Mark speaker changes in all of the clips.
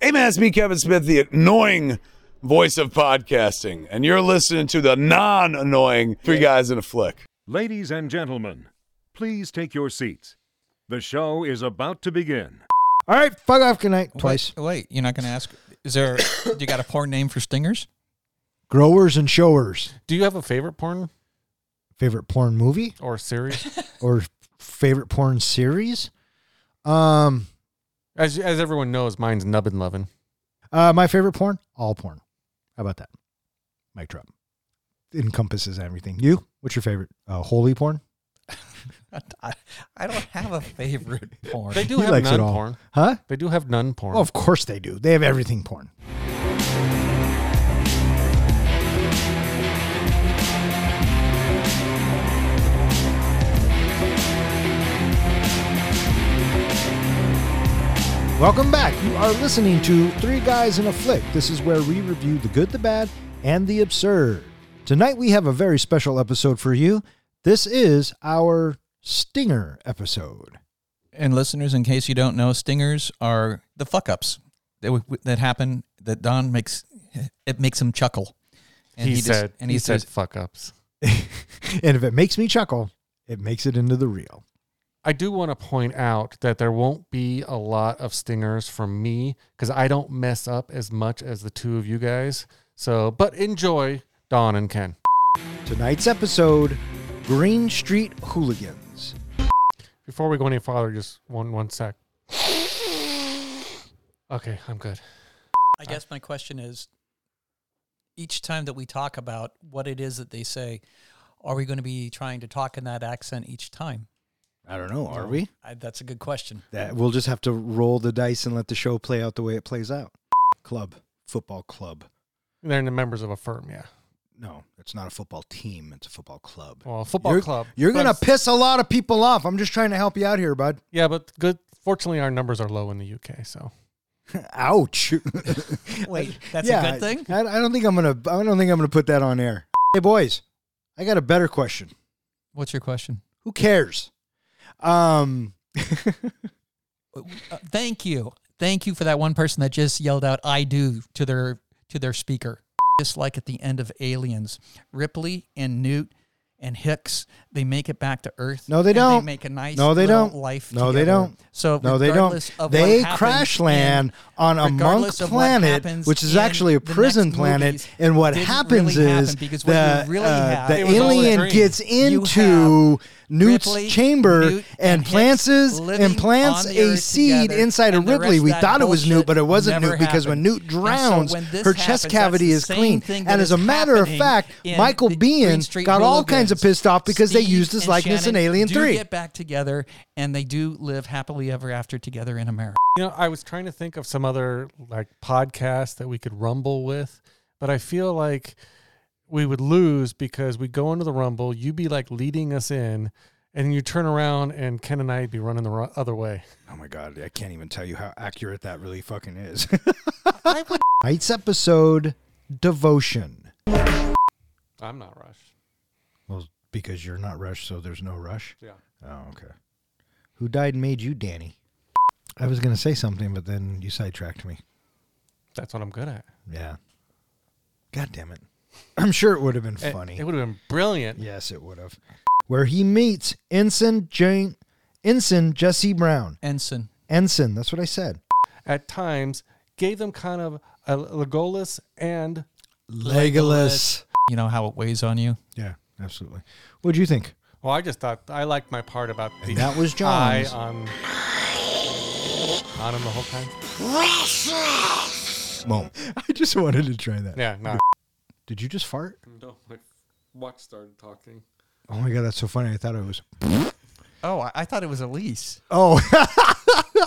Speaker 1: Hey man, it's me, Kevin Smith, the annoying voice of podcasting, and you're listening to the non-annoying Three Guys in a Flick.
Speaker 2: Ladies and gentlemen, please take your seats. The show is about to begin.
Speaker 3: All right, fuck off. Good night. Twice.
Speaker 4: Wait, wait, you're not going to ask. Is there? do you got a porn name for stingers?
Speaker 3: Growers and showers.
Speaker 5: Do you have a favorite porn
Speaker 3: Favorite porn movie
Speaker 5: or series?
Speaker 3: or favorite porn series? Um,
Speaker 5: as as everyone knows, mine's Nubbin Lovin.
Speaker 3: uh, my favorite porn, all porn. How about that? Mic drop. Encompasses everything. You? What's your favorite? Uh, holy porn.
Speaker 4: I, I don't have a favorite porn.
Speaker 5: They do
Speaker 3: He
Speaker 5: have
Speaker 3: likes it
Speaker 5: nun
Speaker 3: all.
Speaker 5: porn.
Speaker 3: Huh?
Speaker 5: They do have nun porn.
Speaker 3: Oh, of course they do. They have everything porn. Welcome back. You are listening to Three Guys in a Flick. This is where we review the good, the bad, and the absurd. Tonight we have a very special episode for you. This is our Stinger episode.
Speaker 4: And listeners, in case you don't know, stingers are the fuck ups that w- w- that happen. That Don makes it makes him chuckle. And
Speaker 5: he,
Speaker 4: just-
Speaker 5: said.
Speaker 4: and
Speaker 5: he,
Speaker 4: he,
Speaker 5: said
Speaker 4: says,
Speaker 5: fuck ups.
Speaker 3: and if it makes me chuckle, it makes it into the reel.
Speaker 5: I do want to point out that there won't be a lot of stingers from me because I don't mess up as much as the two of you guys. So, but enjoy Don and Ken.
Speaker 3: Tonight's episode Green Street Hooligans.
Speaker 5: Before we go any farther, just one one sec. Okay, I'm good.
Speaker 4: I guess my question is: each time that we talk about what it is that they say, are we going to be trying to talk in that accent each time?
Speaker 3: I don't know, are we?
Speaker 4: I, that's a good question.
Speaker 3: That we'll just have to roll the dice and let the show play out the way it plays out. Club, football club.
Speaker 5: They're the members of a firm, yeah.
Speaker 3: No, it's not a football team, it's a football club.
Speaker 5: Well, a football
Speaker 3: you're,
Speaker 5: club.
Speaker 3: You're
Speaker 5: But
Speaker 3: going to
Speaker 5: it's-
Speaker 3: piss a lot of people off. I'm just trying to help you out here, bud.
Speaker 5: Yeah, but good. Fortunately, our numbers are low in the UK, so
Speaker 3: Ouch.
Speaker 4: Wait, that's a good thing.
Speaker 3: I, I don't think I'm going to I don't think I'm going to put that on air. Hey boys, I got a better question.
Speaker 4: What's your question?
Speaker 3: Who cares? Um,
Speaker 4: Uh, thank you, thank you for that one person that just yelled out "I do" to their to their speaker. Just like at the end of Aliens, Ripley and Newt and Hicks, they make it back to Earth.
Speaker 3: No, they
Speaker 4: and
Speaker 3: don't.
Speaker 4: They make a nice
Speaker 3: No, they
Speaker 4: little
Speaker 3: don't.
Speaker 4: life.
Speaker 3: No, they
Speaker 4: together.
Speaker 3: don't.
Speaker 4: So
Speaker 3: no, they
Speaker 4: regardless
Speaker 3: don't.
Speaker 4: of what
Speaker 3: They
Speaker 4: happens
Speaker 3: crash land
Speaker 4: in-
Speaker 3: on a monk
Speaker 4: regardless of what
Speaker 3: planet,
Speaker 4: happens
Speaker 3: which is
Speaker 4: in
Speaker 3: actually a
Speaker 4: the next
Speaker 3: prison planet.
Speaker 4: movies,
Speaker 3: and what
Speaker 4: didn't
Speaker 3: happens
Speaker 4: really happen
Speaker 3: is
Speaker 4: because what
Speaker 3: the,
Speaker 4: you really
Speaker 3: uh,
Speaker 4: have-
Speaker 3: the
Speaker 5: It was all a
Speaker 3: alien
Speaker 5: dream.
Speaker 3: gets
Speaker 4: You
Speaker 3: into Newt's
Speaker 4: Ripley,
Speaker 3: chamber
Speaker 4: Newt, and
Speaker 3: and
Speaker 4: Hicks
Speaker 3: plants is-
Speaker 4: living
Speaker 3: and plants
Speaker 4: on the
Speaker 3: a
Speaker 4: earth
Speaker 3: seed
Speaker 4: together,
Speaker 3: inside of
Speaker 4: and the
Speaker 3: Ripley.
Speaker 4: rest
Speaker 3: We
Speaker 4: of that
Speaker 3: thought it was Newt,
Speaker 4: bullshit
Speaker 3: but it wasn't
Speaker 4: never
Speaker 3: Newt because when Newt
Speaker 4: happened. And so
Speaker 3: drowns,
Speaker 4: when this
Speaker 3: her chest
Speaker 4: happens,
Speaker 3: cavity
Speaker 4: that's
Speaker 3: is
Speaker 4: the
Speaker 3: clean.
Speaker 4: same thing that
Speaker 3: And as a
Speaker 4: is
Speaker 3: matter of
Speaker 4: happening
Speaker 3: fact,
Speaker 4: in
Speaker 3: Michael
Speaker 4: the Green
Speaker 3: Bean
Speaker 4: Street
Speaker 3: got all kinds of
Speaker 4: Hooligans.
Speaker 3: pissed off because they
Speaker 4: Steve
Speaker 3: used his
Speaker 4: and
Speaker 3: likeness in
Speaker 4: Shannon
Speaker 3: Alien
Speaker 4: do
Speaker 3: Three.
Speaker 4: get back together, and they do live happily ever after together in America.
Speaker 5: You know, I was trying to think of some other like podcast that we could rumble with, but I feel like we would lose because we go into the rumble, you be like leading us in, and you turn around and Ken and I'd be running the ro- other way.
Speaker 3: Oh my god, I can't even tell you how accurate that really fucking is. Tonight's episode devotion.
Speaker 5: I'm not rushed.
Speaker 3: Well, because you're not rushed, so there's no rush.
Speaker 5: Yeah.
Speaker 3: Oh, okay. Who died and made you, Danny? I was gonna say something, but then you sidetracked me.
Speaker 5: That's what I'm good at.
Speaker 3: Yeah. God damn it. I'm sure it would have been
Speaker 5: It-
Speaker 3: funny.
Speaker 5: It, would have been brilliant.
Speaker 3: yes, it would have. Where he meets Ensign Jane Ensign Jesse Brown.
Speaker 4: Ensign.
Speaker 3: Ensign, that's what I said.
Speaker 5: At times, gave them kind of a Legolas and
Speaker 3: Legolas.
Speaker 4: You know how it weighs on you.
Speaker 3: Yeah, absolutely. What'd you think?
Speaker 5: well, I just thought I liked my part about the
Speaker 3: And that was
Speaker 5: eye
Speaker 3: John's.
Speaker 5: on on him the whole time.
Speaker 3: Mom. I just wanted to try that.
Speaker 5: Yeah, no.
Speaker 3: Did you just fart?
Speaker 5: No, my watch started talking.
Speaker 3: Oh my god, that's so funny. I thought it was.
Speaker 4: Oh, I, I thought it was Elise.
Speaker 3: Oh.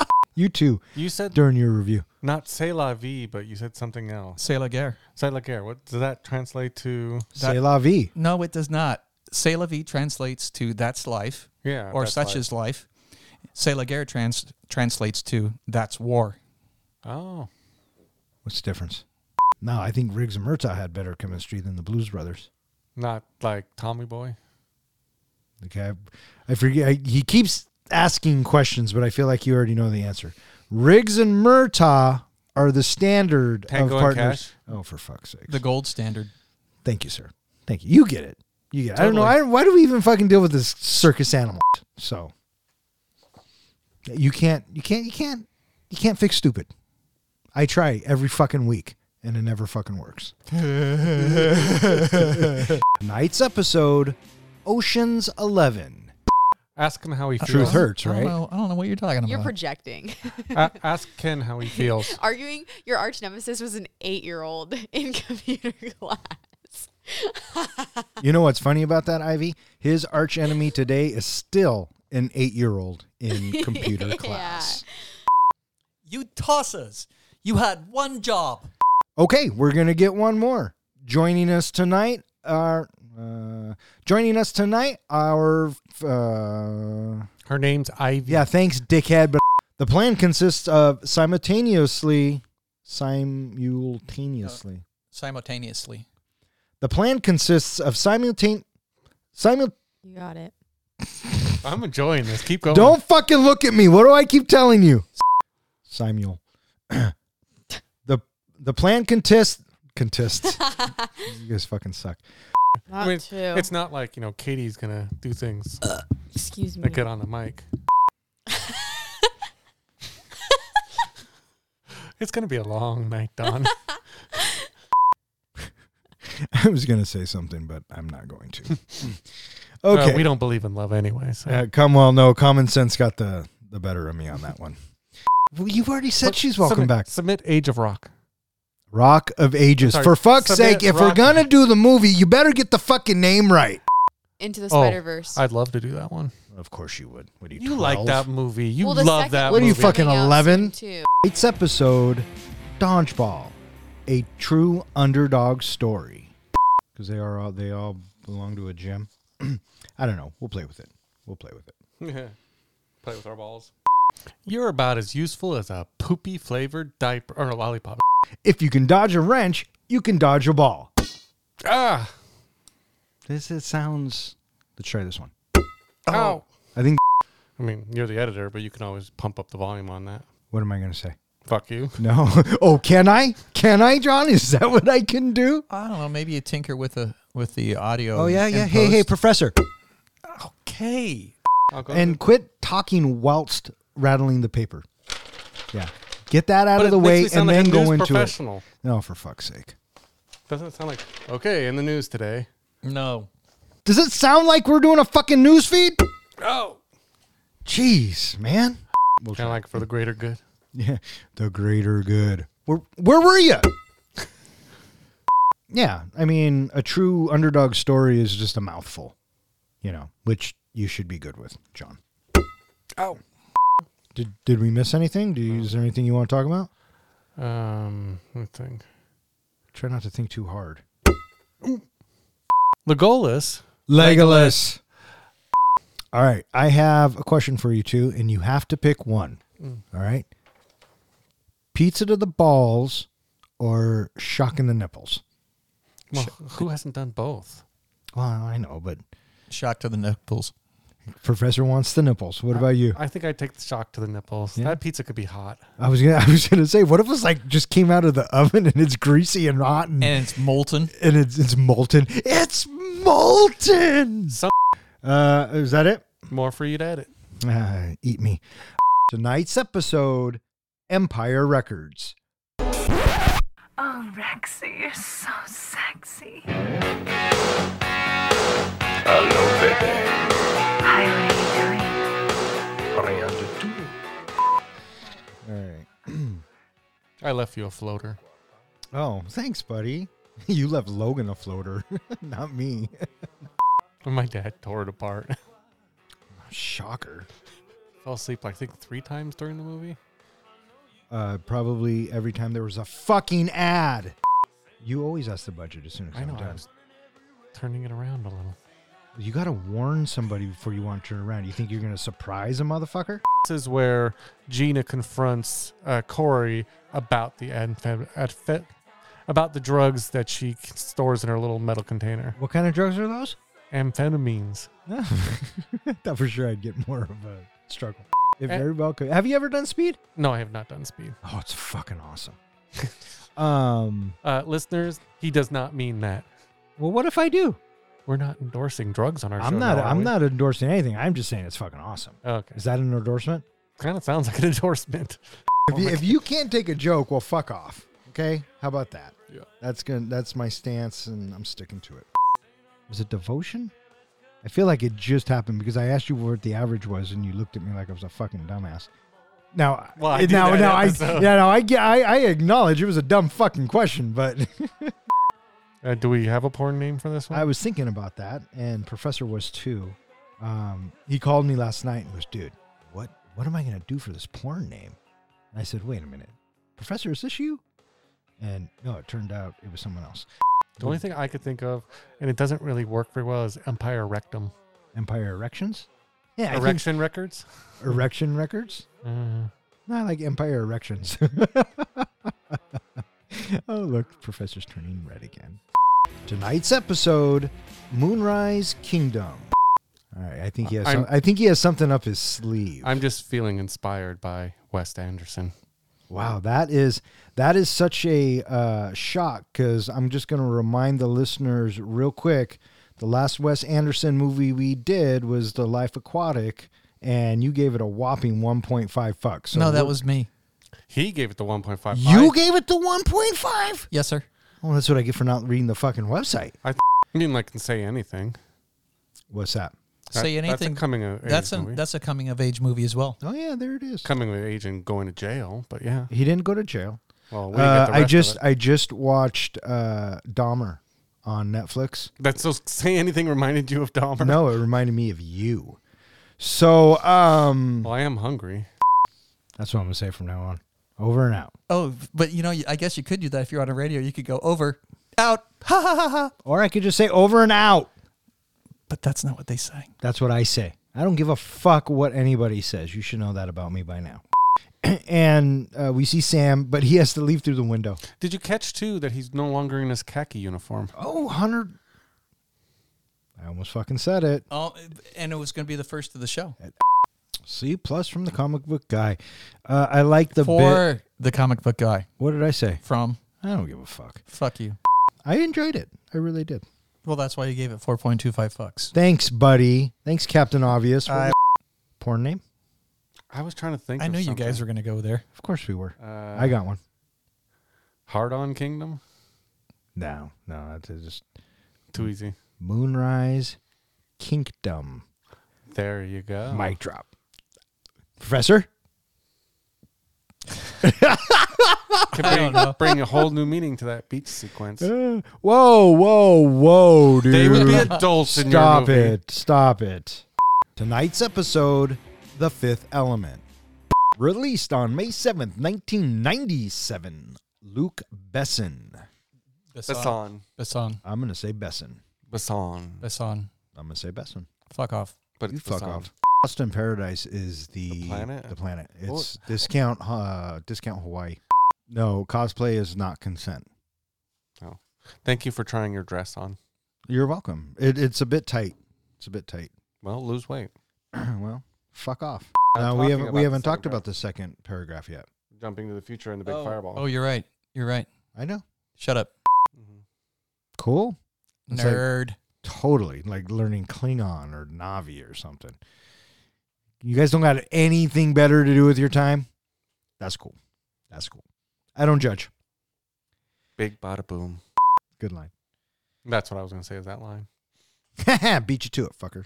Speaker 3: you too
Speaker 5: You said
Speaker 3: during your review.
Speaker 5: not "c'est la vie," but you said something else.
Speaker 4: C'est la guerre.
Speaker 5: "C'est la guerre." What does that translate to?
Speaker 3: C'est la vie.
Speaker 4: No, it does not. C'est la vie translates to that's life
Speaker 5: Yeah,
Speaker 4: or
Speaker 5: Uh, that's
Speaker 4: such
Speaker 5: life.
Speaker 4: is life. C'est la guerre trans- translates to that's war.
Speaker 5: Oh,
Speaker 3: What's the difference? No, I think Riggs and Murtaugh had better chemistry than the Blues Brothers.
Speaker 5: not like Tommy Boy.
Speaker 3: Okay, I, I forget. I, he keeps asking questions, but I feel like you already know the answer. Riggs and Murtaugh are the standard
Speaker 5: Tango
Speaker 3: of
Speaker 5: and
Speaker 3: partners. Oh, for fuck's sake!
Speaker 4: The gold standard.
Speaker 3: Thank you, sir. Thank you. You get it. You get. It. I don't know.
Speaker 5: Totally.
Speaker 3: I, why do we even fucking deal with this circus animal? So you can't. You can't. You can't. You can't fix stupid. I try every fucking week, and it never fucking works. Tonight's episode, Ocean's Eleven.
Speaker 5: Ask him how he feels.
Speaker 3: Truth hurts,
Speaker 4: I don't
Speaker 3: right?
Speaker 4: know. I don't know what you're talking about.
Speaker 5: Uh-huh.
Speaker 6: You're projecting.
Speaker 5: A- ask Ken how he feels.
Speaker 6: Arguing your arch nemesis was an eight year old in computer class.
Speaker 3: You know what's funny about that, Ivy? His arch enemy today is still an eight-year-old in computer
Speaker 6: Yeah.
Speaker 3: class.
Speaker 4: you tossers. You had one job.
Speaker 3: Okay, we're gonna get one more. Joining us tonight are uh, joining us tonight our uh,
Speaker 5: Her name's Ivy.
Speaker 3: yeah. Thanks, dickhead. But the plan consists of simultaneously, simultaneously.
Speaker 4: Simultaneously.
Speaker 3: The plan consists of simultane, simul.
Speaker 6: You got it.
Speaker 5: I'm enjoying this. Keep going.
Speaker 3: Don't fucking look at me. What do I keep telling you? Samuel. the the plan contest contests. you guys fucking suck.
Speaker 5: I
Speaker 6: Not
Speaker 5: mean,
Speaker 6: two.
Speaker 5: it's not like you know Katie's gonna do things
Speaker 6: Excuse me.
Speaker 5: that get on the mic. It's gonna be a long night, Don.
Speaker 3: I was gonna say something, but I'm not going to.
Speaker 5: Uh,
Speaker 3: Okay.
Speaker 5: we don't believe in love anyway. So.
Speaker 3: Uh, come well, no common sense got the the better of me on that one. Well, you've already said
Speaker 5: But
Speaker 3: she's welcome
Speaker 5: submit-
Speaker 3: back.
Speaker 5: Submit Age of Rock.
Speaker 3: Rock of Ages.
Speaker 5: Sorry,
Speaker 3: For fuck's
Speaker 5: submit
Speaker 3: sake, if we're
Speaker 5: Rock-
Speaker 3: gonna do the movie, you better get the fucking name right.
Speaker 6: Into the
Speaker 5: Oh,
Speaker 6: Spider Verse.
Speaker 5: I'd love to do that one.
Speaker 3: Of course you would. What do
Speaker 5: You like that movie? You love that.
Speaker 3: What do
Speaker 5: movie.
Speaker 3: you fucking 11?
Speaker 6: Too.
Speaker 3: Tonight's episode, Dodgeball, a true underdog story. Because they are all they all belong to a gym. I don't know. We'll play with it. We'll play with it.
Speaker 5: Play with our balls. You're about as useful as a poopy flavored diaper or a lollipop.
Speaker 3: If you can dodge a wrench, you can dodge a ball.
Speaker 5: Ah,
Speaker 3: This it sounds. Let's try this one.
Speaker 5: ow.
Speaker 3: I think.
Speaker 5: Oh. I mean, you're the editor, but you can always pump up the volume on that.
Speaker 3: What am I gonna say?
Speaker 5: Fuck you.
Speaker 3: No. Oh, can I? Can I, John? Is that what I can do?
Speaker 4: I don't know. Maybe you tinker with the with the audio.
Speaker 3: Oh yeah,
Speaker 4: in
Speaker 3: yeah. Hey, hey,
Speaker 4: post.
Speaker 3: professor.
Speaker 4: Okay.
Speaker 5: I'll go
Speaker 3: And quit talking whilst rattling the paper. Yeah. Get that out
Speaker 5: But
Speaker 3: of the
Speaker 5: it makes
Speaker 3: way
Speaker 5: me
Speaker 3: and
Speaker 5: sound
Speaker 3: then
Speaker 5: like a
Speaker 3: go
Speaker 5: news
Speaker 3: into it.
Speaker 5: professional.
Speaker 3: No, for fuck's sake.
Speaker 5: Doesn't it sound like okay in the news today?
Speaker 4: No.
Speaker 3: Does it sound like we're doing a fucking news feed?
Speaker 5: Oh,
Speaker 3: Jeez, man.
Speaker 5: kind of like for the greater good.
Speaker 3: Yeah. The greater good. Where where were you? yeah, I mean, a true underdog story is just a mouthful, you know, which you should be good with, John.
Speaker 5: Ow.
Speaker 3: Did did we miss anything? Do you, is there anything you want to talk about?
Speaker 5: Um, let me think.
Speaker 3: Try not to think too hard.
Speaker 5: Legolas.
Speaker 3: Legolas. All right, I have a question for you two, and you have to pick one. All right, pizza to the balls or shocking the nipples.
Speaker 5: Well, who hasn't done both?
Speaker 3: Well, I know, but
Speaker 4: Shock to the nipples.
Speaker 3: Professor wants the nipples. What about you?
Speaker 5: I think I'd take the shock to the nipples.
Speaker 3: Yeah.
Speaker 5: That pizza could be hot.
Speaker 3: I was gonna, I was gonna say, what if it's like just came out of the oven and it's greasy and hot and
Speaker 4: And it's molten.
Speaker 3: and it's it's molten. It's molten.
Speaker 5: Some-
Speaker 3: Uh, is that it?
Speaker 5: More for you to edit.
Speaker 3: Uh, eat me. Tonight's episode, Empire Records.
Speaker 7: Oh, Rexy, you're so sexy.
Speaker 8: Hello, baby.
Speaker 7: Hi, what are you doing?
Speaker 8: What are you doing?
Speaker 3: All right.
Speaker 5: I left you a floater.
Speaker 3: Oh, thanks, buddy. You left Logan a floater, not me.
Speaker 5: My dad tore it apart.
Speaker 3: Shocker.
Speaker 5: Fell asleep, I think, three times during the movie.
Speaker 3: Uh, probably every time there was a fucking ad. You always ask the budget as soon as
Speaker 5: I know. I
Speaker 3: sometimes.
Speaker 5: was turning it around a little.
Speaker 3: You gotta warn somebody before you want to turn around. You think you're gonna surprise a motherfucker?
Speaker 5: This is where Gina confronts uh, Corey about the amphem- adfe- about the drugs that she stores in her little metal container.
Speaker 3: What kind of drugs are those?
Speaker 5: Amphetamines.
Speaker 3: No. Thought for sure I'd get more of a struggle. It
Speaker 5: Eh.
Speaker 3: very well could. Have you ever done speed?
Speaker 5: No, I have not done speed.
Speaker 3: Oh, it's fucking awesome. Um,
Speaker 5: Uh, listeners, he does not mean that.
Speaker 3: well, what if I do?
Speaker 5: We're not endorsing drugs on our show.
Speaker 3: I'm not.
Speaker 5: now, are
Speaker 3: I'm
Speaker 5: we?
Speaker 3: not endorsing anything. I'm just saying it's fucking awesome.
Speaker 5: Okay.
Speaker 3: Is that an endorsement?
Speaker 5: Kind of sounds like an endorsement.
Speaker 3: If you, if you can't take a joke, well, fuck off. Okay, how about that?
Speaker 5: Yeah.
Speaker 3: that's gonna. That's my stance, and I'm sticking to it. Was it devotion? I feel like it just happened because I asked you what the average was, and you looked at me like I was a fucking dumbass. Now,
Speaker 5: Well, I
Speaker 3: it-
Speaker 5: do
Speaker 3: now,
Speaker 5: that
Speaker 3: now, I,
Speaker 5: episode.
Speaker 3: yeah, no, I, get- I, I acknowledge it was a dumb fucking question, but
Speaker 5: Uh, do we have a porn name for this one?
Speaker 3: I was thinking about that, and Professor was too. Um, he called me last night and was, dude, what what am I gonna do for this porn name? And I said, wait a minute, Professor, is this you? And no, it turned out it was someone else.
Speaker 5: the only thing I could think of, and it doesn't really work very well, is Empire Rectum.
Speaker 3: Empire Erections. Yeah, I think
Speaker 5: Erection Records?
Speaker 3: Erection Records.
Speaker 5: Uh,
Speaker 3: No, I like Empire Erections. oh look, Professor's turning red again. Tonight's episode, Moonrise Kingdom. All right, I think he has. Some,
Speaker 5: I'm-
Speaker 3: I think he has something up his sleeve.
Speaker 5: I'm just feeling inspired by Wes Anderson.
Speaker 3: Wow, that is that is such a uh, shock because I'm just going to remind the listeners real quick. The last Wes Anderson movie we did was The Life Aquatic, and you gave it a whopping 1.5 fucks. So
Speaker 4: no, that
Speaker 3: we're-
Speaker 4: was me.
Speaker 5: He gave it the 1.5.
Speaker 3: you
Speaker 5: I,
Speaker 3: gave it the 1.5.
Speaker 4: Yes, sir.
Speaker 3: Well, Oh, that's what I get for not reading the fucking website.
Speaker 5: I mean, like, can say anything.
Speaker 3: What's that?
Speaker 5: That-
Speaker 4: Say
Speaker 5: that's a
Speaker 4: anything.
Speaker 5: coming of age
Speaker 4: That's a
Speaker 5: movie.
Speaker 4: that's a coming of age movie as well.
Speaker 3: Oh yeah, there it is.
Speaker 5: Coming of age and going to jail, but yeah.
Speaker 3: He didn't go to jail.
Speaker 5: Well, we
Speaker 3: Uh,
Speaker 5: get the rest
Speaker 3: I just
Speaker 5: Of it.
Speaker 3: I just watched uh, Dahmer on Netflix.
Speaker 5: That's so. Say anything reminded you of Dahmer.
Speaker 3: No, it reminded me of you. So, um,
Speaker 5: Well, I am hungry.
Speaker 3: That's what I'm gonna say from now on. Over and out.
Speaker 4: Oh, but you know, I guess you could do that if you're on a radio. You could go over, out, ha ha ha ha.
Speaker 3: Or I could just say over and out.
Speaker 4: But that's not what they sang.
Speaker 3: That's what I say. I don't give a fuck what anybody says. You should know that about me by now. and uh, we see Sam, but he has to leave through the window.
Speaker 5: Did you catch too that he's no longer in his khaki uniform?
Speaker 3: Oh, Hunter. I almost fucking said it.
Speaker 4: Oh, and it was going to be the first of the show
Speaker 3: C plus from the comic book guy. Uh, I like the bit.
Speaker 4: for the comic book guy
Speaker 3: What did I say?
Speaker 4: from
Speaker 3: I don't give a fuck.
Speaker 4: Fuck You.
Speaker 3: I enjoyed it. I really did.
Speaker 4: Well, that's why you gave it 4.25 fucks.
Speaker 3: Thanks, buddy. Thanks, Captain Obvious. What
Speaker 4: I-
Speaker 3: was porn name?
Speaker 5: I was trying to think.
Speaker 4: I knew you guys were going to go there.
Speaker 3: Of course we were.
Speaker 5: Uh,
Speaker 3: I got one.
Speaker 5: hard on Kingdom.
Speaker 3: No, no, that's just
Speaker 5: Too easy.
Speaker 3: Moonrise Kingdom.
Speaker 5: There you go.
Speaker 3: Mic drop. Professor?
Speaker 5: Could
Speaker 4: I
Speaker 5: bring,
Speaker 4: don't know.
Speaker 5: bring a whole new meaning to that beach sequence.
Speaker 3: whoa, Uh, whoa, whoa, dude.
Speaker 5: They would be adults in your
Speaker 3: Stop
Speaker 5: movie.
Speaker 3: it. Stop it. Tonight's episode, The Fifth Element. Released on May 7th, 1997. Luke Besson.
Speaker 5: Basson.
Speaker 4: Besson.
Speaker 3: I'm going to say Besson.
Speaker 5: Basson.
Speaker 4: Besson.
Speaker 3: I'm going to say Besson.
Speaker 4: Fuck off.
Speaker 5: But
Speaker 3: you
Speaker 5: it's
Speaker 3: fuck
Speaker 5: Basson.
Speaker 3: off. Lost in Paradise is the,
Speaker 5: The planet?
Speaker 3: The planet. It's
Speaker 5: Well-
Speaker 3: discount. Uh, discount Hawaii. No, cosplay is not consent.
Speaker 5: Thank you for trying your dress on.
Speaker 3: You're welcome. It, it's a bit tight. It's a bit tight.
Speaker 5: Well, lose weight.
Speaker 3: well, fuck off.
Speaker 5: I'm
Speaker 3: No, we
Speaker 5: talking
Speaker 3: haven't.
Speaker 5: about
Speaker 3: We
Speaker 5: the
Speaker 3: haven't talked
Speaker 5: second
Speaker 3: about the second paragraph yet.
Speaker 5: Jumping to the future and the big
Speaker 4: oh,
Speaker 5: fireball.
Speaker 4: Oh, you're right. You're right.
Speaker 3: I know.
Speaker 4: Shut up.
Speaker 5: Mhm.
Speaker 3: Cool. It's like-
Speaker 4: Nerd.
Speaker 3: Totally. Like learning Klingon or Navi or something. You guys don't got anything better to do with your time. That's cool. That's cool. I don't judge.
Speaker 5: Big bada boom.
Speaker 3: Good line.
Speaker 5: That's what I was gonna say. Is that line?
Speaker 3: Beat you to it, fucker.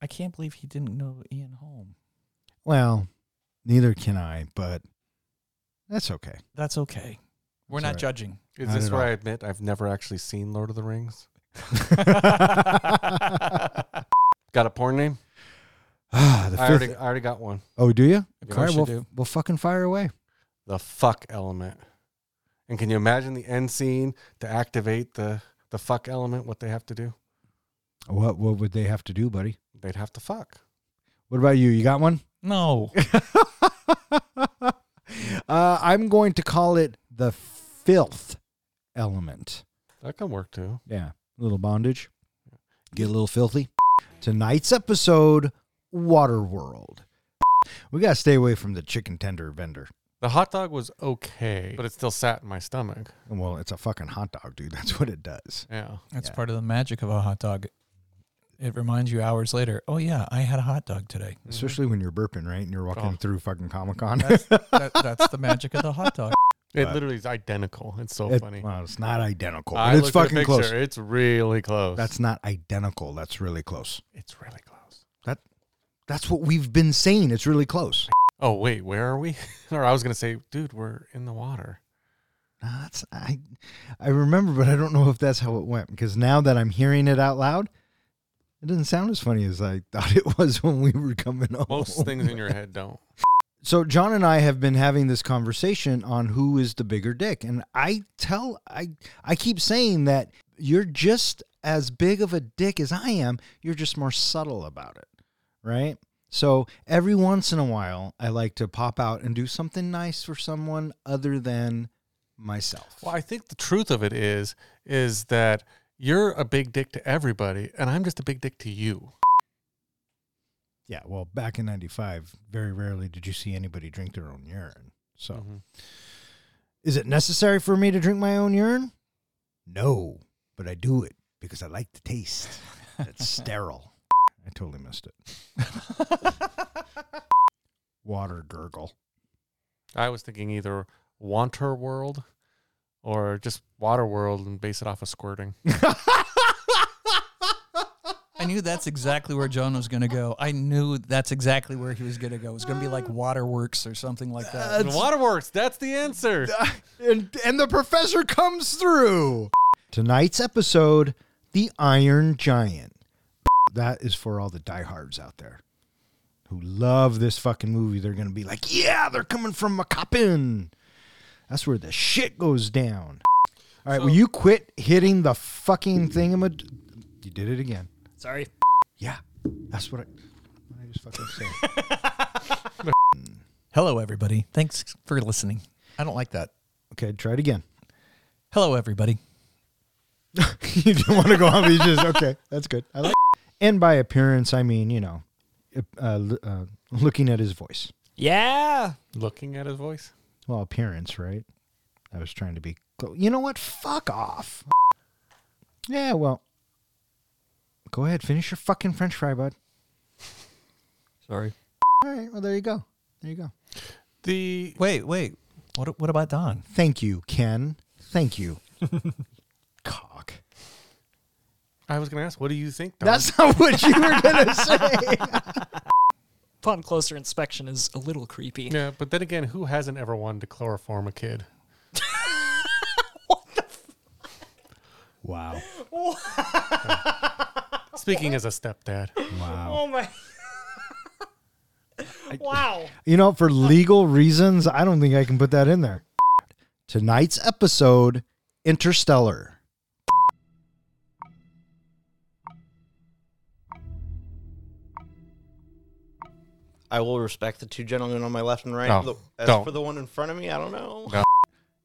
Speaker 4: I can't believe he didn't know Ian Holm.
Speaker 3: Well, neither can I, but that's okay.
Speaker 4: That's okay. We're
Speaker 3: That's
Speaker 4: not
Speaker 3: all right.
Speaker 4: judging.
Speaker 5: Is
Speaker 3: Not
Speaker 5: this
Speaker 3: at
Speaker 5: where
Speaker 3: all.
Speaker 5: I admit I've never actually seen Lord of the Rings? Got a porn name?
Speaker 3: Ah, the
Speaker 5: I
Speaker 3: fifth.
Speaker 5: already, I already got one.
Speaker 3: Oh, do you?
Speaker 4: Of
Speaker 5: Yeah.
Speaker 4: course
Speaker 3: we'll,
Speaker 4: you do.
Speaker 3: we'll fucking fire away.
Speaker 5: The fuck element. And can you imagine the end scene to activate the the fuck element? What they have to do?
Speaker 3: What What would they have to do, buddy?
Speaker 5: They'd have to fuck.
Speaker 3: What about you? You got one?
Speaker 4: No.
Speaker 3: uh, I'm going to call it the filth element.
Speaker 5: That can work too.
Speaker 3: Yeah, a little bondage. Get a little filthy. Tonight's episode, Waterworld. We gotta stay away from the chicken tender vendor.
Speaker 5: The hot dog was okay, but it still sat in my stomach.
Speaker 3: Well, it's a fucking hot dog, dude. That's what it does.
Speaker 5: Yeah.
Speaker 4: That's part of the magic of a hot dog. It reminds you hours later, oh, yeah, I had a hot dog today.
Speaker 3: Especially when you're burping, right? And you're walking
Speaker 5: Mm-hmm. Oh.
Speaker 3: through fucking Comic Con.
Speaker 4: That's, that, that's the magic of the hot dog.
Speaker 5: It
Speaker 3: But-
Speaker 5: literally is identical. It's so funny.
Speaker 3: Well, it's not identical.
Speaker 5: I
Speaker 3: But it's
Speaker 5: looked at a
Speaker 3: fucking
Speaker 5: picture.
Speaker 3: close.
Speaker 5: It's really close.
Speaker 3: That's not identical. That's really close.
Speaker 5: it's really close.
Speaker 3: That's what we've been saying. It's really close.
Speaker 5: Oh wait, where are we? or I was gonna say, dude, we're in the water.
Speaker 3: No, that's I. I remember, but I don't know if that's how it went because now that I'm hearing it out loud, it doesn't sound as funny as I thought it was when we were coming home.
Speaker 5: Most things in your head don't.
Speaker 3: So John and I have been having this conversation on who is the bigger dick, and I tell I I keep saying that you're just as big of a dick as I am. You're just more subtle about it, right? So every once in a while, I like to pop out and do something nice for someone other than myself.
Speaker 5: Well, I think the truth of it is, is that you're a big dick to everybody, and I'm just a big dick to you.
Speaker 3: Yeah, well, back in '95, very rarely did you see anybody drink their own urine. So,
Speaker 5: Mhm.
Speaker 3: is it necessary for me to drink my own urine? No, but I do it because I like the taste. It's sterile. I totally missed it. Water gurgle.
Speaker 5: I was thinking either Wanter World or just Water World and base it off of squirting.
Speaker 4: I knew that's exactly where John was going to go. I knew that's exactly where he was going to go. It was going to be like waterworks or something like that.
Speaker 5: Waterworks, that's the answer.
Speaker 3: and, and the professor comes through. Tonight's episode The Iron Giant. That is for all the diehards out there who love this fucking movie. They're going to be like, yeah, they're coming from Macapin. That's where the shit goes down. All right, will you quit hitting the fucking thingamad? You did it again.
Speaker 4: Sorry.
Speaker 3: Yeah, that's what I, what I just fucking said.
Speaker 4: Hello, everybody. Thanks for listening. I don't like that.
Speaker 3: okay, try it again.
Speaker 4: Hello, everybody.
Speaker 3: you didn't want to go on beaches. Okay, that's good. I like. And by appearance, I mean you know, uh, l- uh, looking at his voice.
Speaker 4: Yeah.
Speaker 5: Looking at his voice.
Speaker 3: Well, appearance, right? I was trying to be. Cl- you know what? Fuck off. Yeah. Well, go ahead. Finish your fucking French fry, bud.
Speaker 4: Sorry.
Speaker 3: All right. Well, there you go. There you go.
Speaker 5: The
Speaker 4: Wait, wait. What, what about Don?
Speaker 3: Thank you, Ken. Thank you. Cock.
Speaker 5: I was gonna ask, what do you think? Don?
Speaker 3: That's not what you were gonna say.
Speaker 9: Upon closer inspection, is a little creepy.
Speaker 5: yeah, but then again, who hasn't ever wanted to chloroform a kid?
Speaker 3: Wow.
Speaker 5: Speaking as a stepdad.
Speaker 3: Wow.
Speaker 4: Oh
Speaker 9: my! wow.
Speaker 3: You know, for legal reasons, I don't think I can put that in there. Tonight's episode Interstellar.
Speaker 10: I will respect the two gentlemen on my left and right.
Speaker 5: No,
Speaker 10: The- As
Speaker 5: don't.
Speaker 10: for the one in front of me, I don't know.
Speaker 5: No.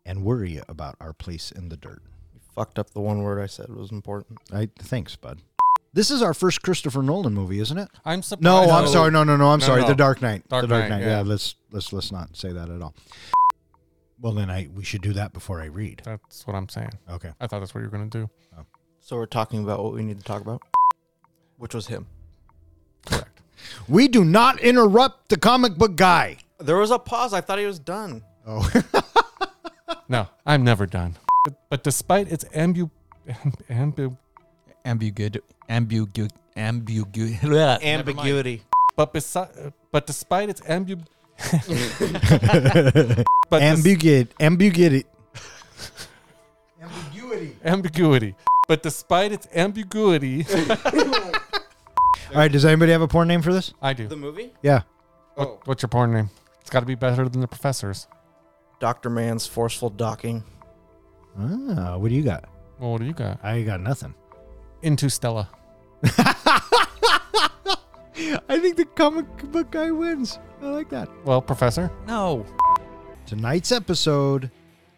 Speaker 3: And worry about our place in the dirt.
Speaker 10: You fucked up the one word I said was important.
Speaker 3: I, thanks, bud. This is our first Christopher Nolan movie, isn't it?
Speaker 5: I'm surprised.
Speaker 3: No, I'm sorry. No, no, no. I'm
Speaker 5: No,
Speaker 3: sorry.
Speaker 5: no.
Speaker 3: The Dark Knight.
Speaker 5: Dark
Speaker 3: the Dark Knight.
Speaker 5: Knight, yeah.
Speaker 3: Yeah. let's let's let's not say that at all. Well, then I we should do that before I read.
Speaker 5: That's what I'm saying.
Speaker 3: Okay.
Speaker 5: I thought that's what you were gonna do.
Speaker 10: So we're talking about what we need to talk about, which was him.
Speaker 5: Correct.
Speaker 3: We do not interrupt the comic book guy.
Speaker 10: There was a pause. I thought he was done.
Speaker 3: Oh,
Speaker 5: No, I'm never done. But, but despite its ambu, ambu,
Speaker 4: Ambiguid. Ambiguid. Ambiguid.
Speaker 10: Ambiguity.
Speaker 5: but besi- but despite its ambu, but des-
Speaker 3: ambiguity. Ambiguity.
Speaker 5: ambiguity. But despite its ambiguity,
Speaker 3: All right. Does anybody have a porn name for this?
Speaker 5: I do.
Speaker 10: The movie?
Speaker 3: Yeah.
Speaker 10: Oh.
Speaker 5: What's your porn name? It's got to be better than the professor's.
Speaker 10: Dr. Man's forceful docking.
Speaker 3: Ah, what do you got?
Speaker 5: Well, what do you got?
Speaker 3: I got nothing.
Speaker 5: Into Stella.
Speaker 3: I think the comic book guy wins. I like that.
Speaker 5: Well, professor.
Speaker 4: No.
Speaker 3: Tonight's episode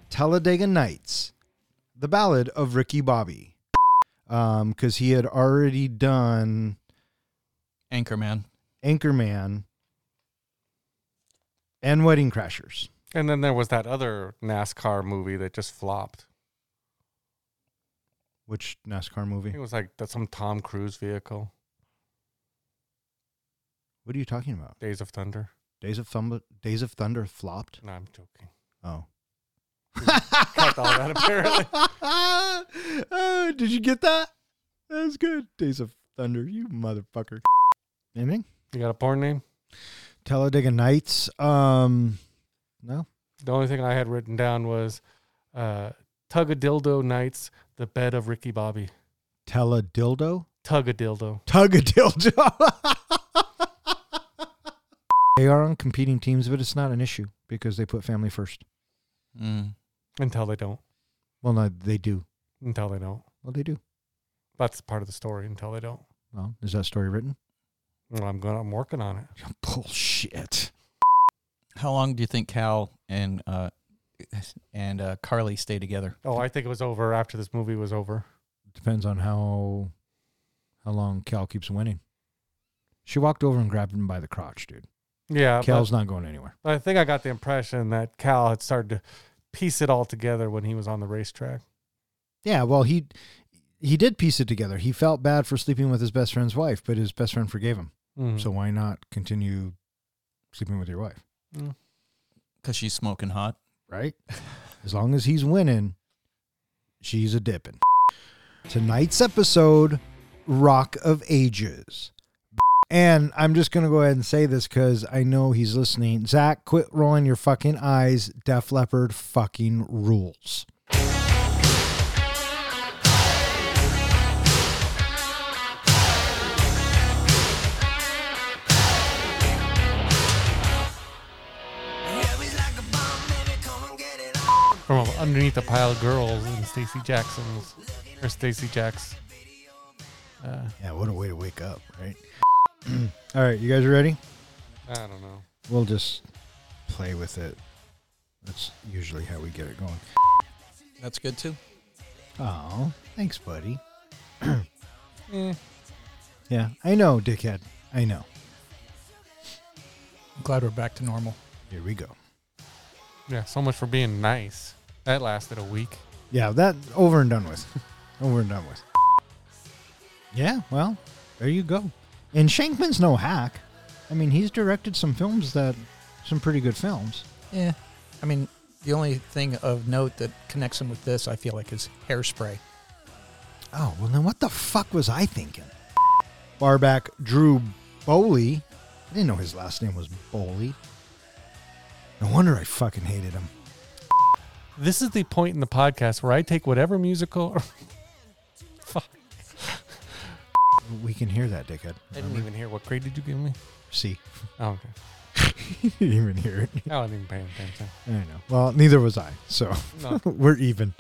Speaker 3: Talladega Nights, the ballad of Ricky Bobby. Um, because he had already done
Speaker 4: Anchorman.
Speaker 3: Anchorman and Wedding Crashers.
Speaker 5: And then there was that other NASCAR movie that just flopped.
Speaker 3: Which NASCAR
Speaker 5: I
Speaker 3: movie?
Speaker 5: think it was like that's some Tom Cruise vehicle.
Speaker 3: What are you talking about?
Speaker 5: Days of Thunder.
Speaker 3: Days of Thunder. Days of Thunder flopped.
Speaker 5: No, I'm joking.
Speaker 3: Oh.
Speaker 5: Cut all that apparently.
Speaker 3: oh, did you get that? That was good. Days of Thunder. You motherfucker. Anything?
Speaker 5: You got a porn name?
Speaker 3: Talladega Nights. Um, no.
Speaker 5: The only thing I had written down was uh, Tug a Dildo Nights, the bed of Ricky Bobby.
Speaker 3: Dildo.
Speaker 5: Tug a Dildo.
Speaker 3: Tug a dildo. they are on competing teams, but it's not an issue because they put family first.
Speaker 4: Mm.
Speaker 5: Until they don't.
Speaker 3: Well, no, they do.
Speaker 5: Until they don't.
Speaker 3: Well, they do.
Speaker 5: That's part of the story. Until they don't.
Speaker 3: Well, is that story written?
Speaker 5: Well, I'm going. I'm working on it.
Speaker 3: Bullshit.
Speaker 4: How long do you think Cal and uh, and uh, Carly stay together?
Speaker 5: Oh, I think it was over after this movie was over.
Speaker 3: Depends on how how long Cal keeps winning. She walked over and grabbed him by the crotch, dude.
Speaker 5: Yeah, but-
Speaker 3: Cal's not going anywhere.
Speaker 5: but I think I got the impression that Cal had started to piece it all together when he was on the racetrack.
Speaker 3: Yeah, well, he he did piece it together. He felt bad for sleeping with his best friend's wife, but his best friend forgave him.
Speaker 5: Mm-hmm.
Speaker 3: So why not continue sleeping with your wife,
Speaker 4: Because she's smoking hot.
Speaker 3: right? as long as he's winning, she's a dipping. Tonight's episode, Rock of Ages. And I'm just going to go ahead and say this because I know he's listening. Zach, quit rolling your fucking eyes. Def Leppard fucking rules.
Speaker 5: from underneath a pile of girls in Stacy Jackson's or Stacy Jacks. Uh,
Speaker 3: Yeah, what a way to wake up, right? All right, you guys ready?
Speaker 5: I don't know.
Speaker 3: We'll just play with it. That's usually how we get it going.
Speaker 4: That's good too.
Speaker 3: Oh, Eh. thanks, buddy. Yeah, I know, dickhead. I know.
Speaker 4: I'm glad we're back to normal.
Speaker 3: Here we go.
Speaker 5: Yeah, so much for being nice. That lasted a week.
Speaker 3: Yeah, that over and done with. over and done with. Yeah, well, there you go. And Shankman's no hack. I mean, he's directed some films that, some pretty good films.
Speaker 4: Yeah. I mean, the only thing of note that connects him with this, I feel like, is hairspray.
Speaker 3: Oh, well, then what the fuck was I thinking? Barback Drew Bowley. I didn't know his last name was Bowley. No wonder I fucking hated him.
Speaker 5: This is the point in the podcast where I take whatever musical. Fuck.
Speaker 3: We can hear that, dickhead.
Speaker 5: I didn't even hear. What grade did you give me?
Speaker 3: See.
Speaker 5: Oh, okay.
Speaker 3: you didn't even hear it.
Speaker 5: No, Oh, I didn't even pay attention.
Speaker 3: I know. Well, neither was I. So
Speaker 5: No.
Speaker 3: we're even.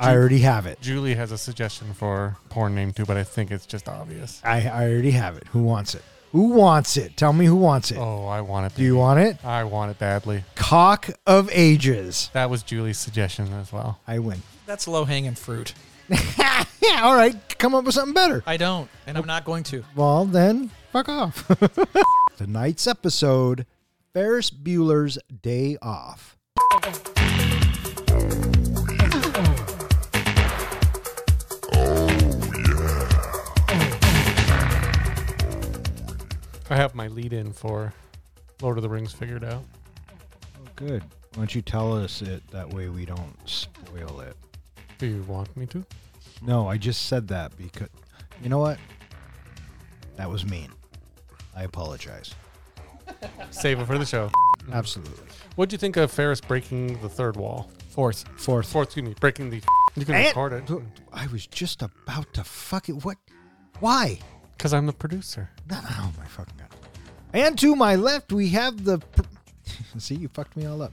Speaker 3: I already have it.
Speaker 5: Julie has a suggestion for porn name too, but I think it's just obvious.
Speaker 3: I, I already have it. Who wants it? Who wants it? Tell me who wants it.
Speaker 5: Oh, I want it.
Speaker 3: Do you want it?
Speaker 5: I want it badly.
Speaker 3: Cock of Ages.
Speaker 5: That was Julie's suggestion as well.
Speaker 3: I win.
Speaker 4: That's low hanging fruit.
Speaker 3: Yeah, all right. Come up with something better.
Speaker 4: I don't, and I'm not going to.
Speaker 3: Well, then fuck off. Tonight's episode Ferris Bueller's Day Off.
Speaker 5: I have my lead in for Lord of the Rings figured out.
Speaker 3: Good. Why don't you tell us it? That way we don't spoil it.
Speaker 5: Do you want me to?
Speaker 3: No, I just said that because. You know what? That was mean. I apologize.
Speaker 5: Save it for the show.
Speaker 3: Absolutely.
Speaker 5: What'd you think of Ferris breaking the third wall?
Speaker 4: Fourth.
Speaker 3: Fourth.
Speaker 5: Fourth, excuse me, breaking the. You can
Speaker 3: And-
Speaker 5: record it
Speaker 3: I was just about to fuck it. What? Why?
Speaker 5: because I'm the producer.
Speaker 3: No, oh my fucking god. And to my left, we have the. Pr- See, you fucked me all up.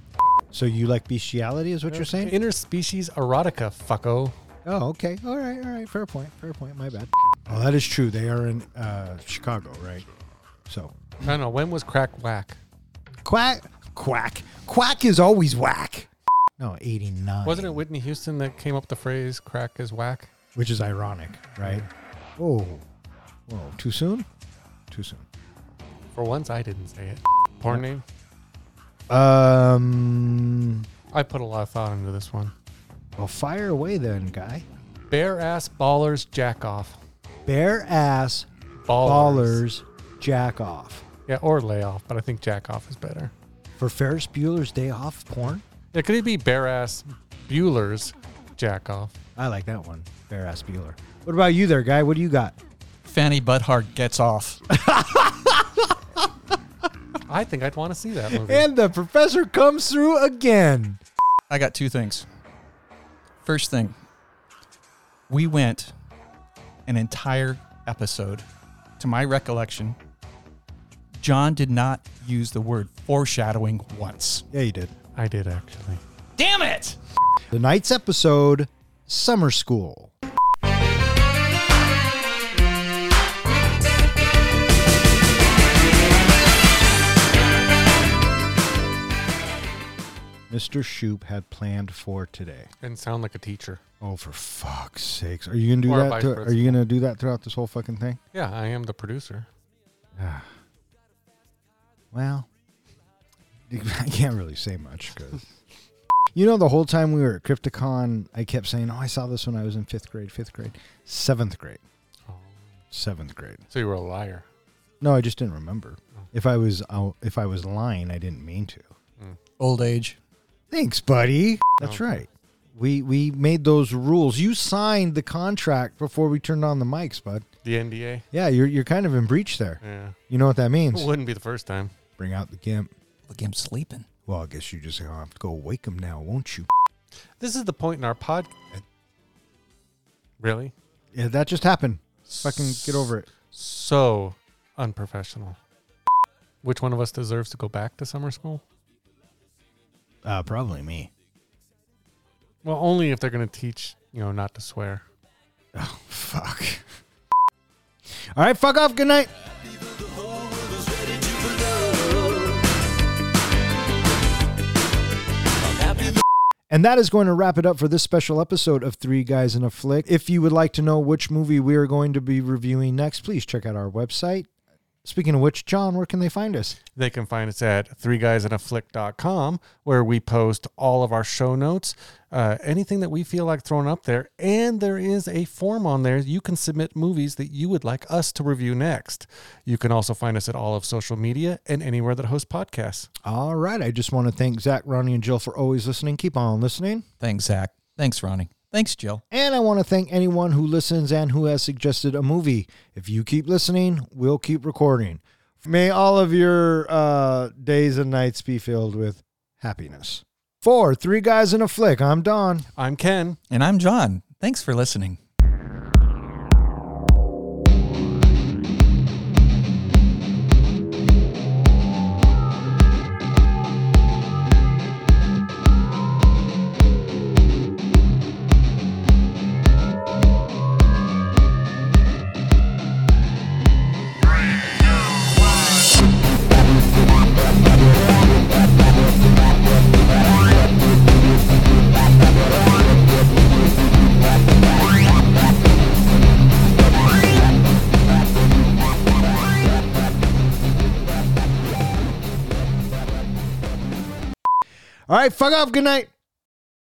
Speaker 3: So you like bestiality, is what you're saying?
Speaker 5: Interspecies erotica, fucko.
Speaker 3: Oh, okay. All right, all right. Fair point. Fair point. My bad. Oh, that is true. They are in uh, Chicago, right? So
Speaker 5: I don't know. When was crack whack?
Speaker 3: quack, quack, quack is always whack. No, eighty nine.
Speaker 5: Wasn't it Whitney Houston that came up with the phrase crack is whack?
Speaker 3: Which is ironic, right? Oh, whoa. Too soon. Too soon.
Speaker 5: For once, I didn't say it. Porn name?
Speaker 3: Um,
Speaker 5: I put a lot of thought into this one.
Speaker 3: well, fire away then, guy.
Speaker 5: Bare ass ballers jack off.
Speaker 3: Bare ass
Speaker 5: Ballers.
Speaker 3: ballers jack off
Speaker 5: Yeah, or lay off, but I think jack off is better.
Speaker 3: for Ferris Bueller's Day Off porn.
Speaker 5: Yeah, could it be bare ass Bueller's jack off?
Speaker 3: I like that one. Bare ass Bueller. What about you there, guy? What do you got?
Speaker 4: Fanny Butthart gets off.
Speaker 5: I think I'd want to see that movie.
Speaker 3: And the professor comes through again.
Speaker 4: I got two things. First thing, we went an entire episode, to my recollection, John did not use the word foreshadowing once.
Speaker 3: Yeah, you did.
Speaker 5: I did actually.
Speaker 4: Damn it!
Speaker 3: Tonight's episode, Summer School. Mr. Shoop had planned for today.
Speaker 5: And sound like a teacher.
Speaker 3: Oh, for fuck's sakes! Are you gonna do
Speaker 5: Or
Speaker 3: that?
Speaker 5: vice
Speaker 3: thro- are
Speaker 5: versa.
Speaker 3: you gonna do that throughout this whole fucking thing?
Speaker 5: Yeah, I am the producer.
Speaker 3: Well, I can't really say much because. You know, the whole time we were at Crypticon, I kept saying, Oh, I saw this when I was in fifth grade, fifth grade, seventh grade, seventh grade.
Speaker 5: So you were a liar.
Speaker 3: No, I just didn't remember. If I was out, if I was lying, I didn't mean to.
Speaker 4: Old age.
Speaker 3: Thanks, buddy. That's right. We we made those rules. You signed the contract before we turned on the mics, bud.
Speaker 5: The NDA.
Speaker 3: Yeah, you're you're kind of in breach there.
Speaker 5: Yeah.
Speaker 3: You know what that means?
Speaker 5: It wouldn't be the first time.
Speaker 3: Bring out the gimp.
Speaker 4: Look, I'm sleeping.
Speaker 3: Well, I guess you just gonna have to go wake him now, won't you?
Speaker 5: This is the point in our pod. Really?
Speaker 3: Yeah, that just happened. Fucking get over it.
Speaker 5: So unprofessional. Which one of us deserves to go back to summer school?
Speaker 3: Uh, probably me.
Speaker 5: Well, only if they're going to teach, you know, not to swear.
Speaker 3: Oh, fuck. All right, fuck off. Good night. And that is going to wrap it up for this special episode of Three Guys in a Flick. If you would like to know which movie we are going to be reviewing next, please check out our website. Speaking of which, John, where can they find us?
Speaker 5: They can find us at three guys in a flick.com where we post all of our show notes, uh, anything that we feel like throwing up there. And there is a form on there. You can submit movies that you would like us to review next. You can also find us at all of social media and anywhere that hosts podcasts.
Speaker 3: All right. I just want to thank Zach, Ronnie, and Jill for always listening. Keep on listening.
Speaker 4: Thanks, Zach. Thanks, Ronnie. Thanks, Jill.
Speaker 3: And I want to thank anyone who listens and who has suggested a movie. If you keep listening, we'll keep recording. May all of your uh, days and nights be filled with happiness. For Three Guys in a Flick, I'm Don.
Speaker 5: I'm Ken.
Speaker 4: And I'm John. Thanks for listening.
Speaker 3: All right, fuck off. Good night.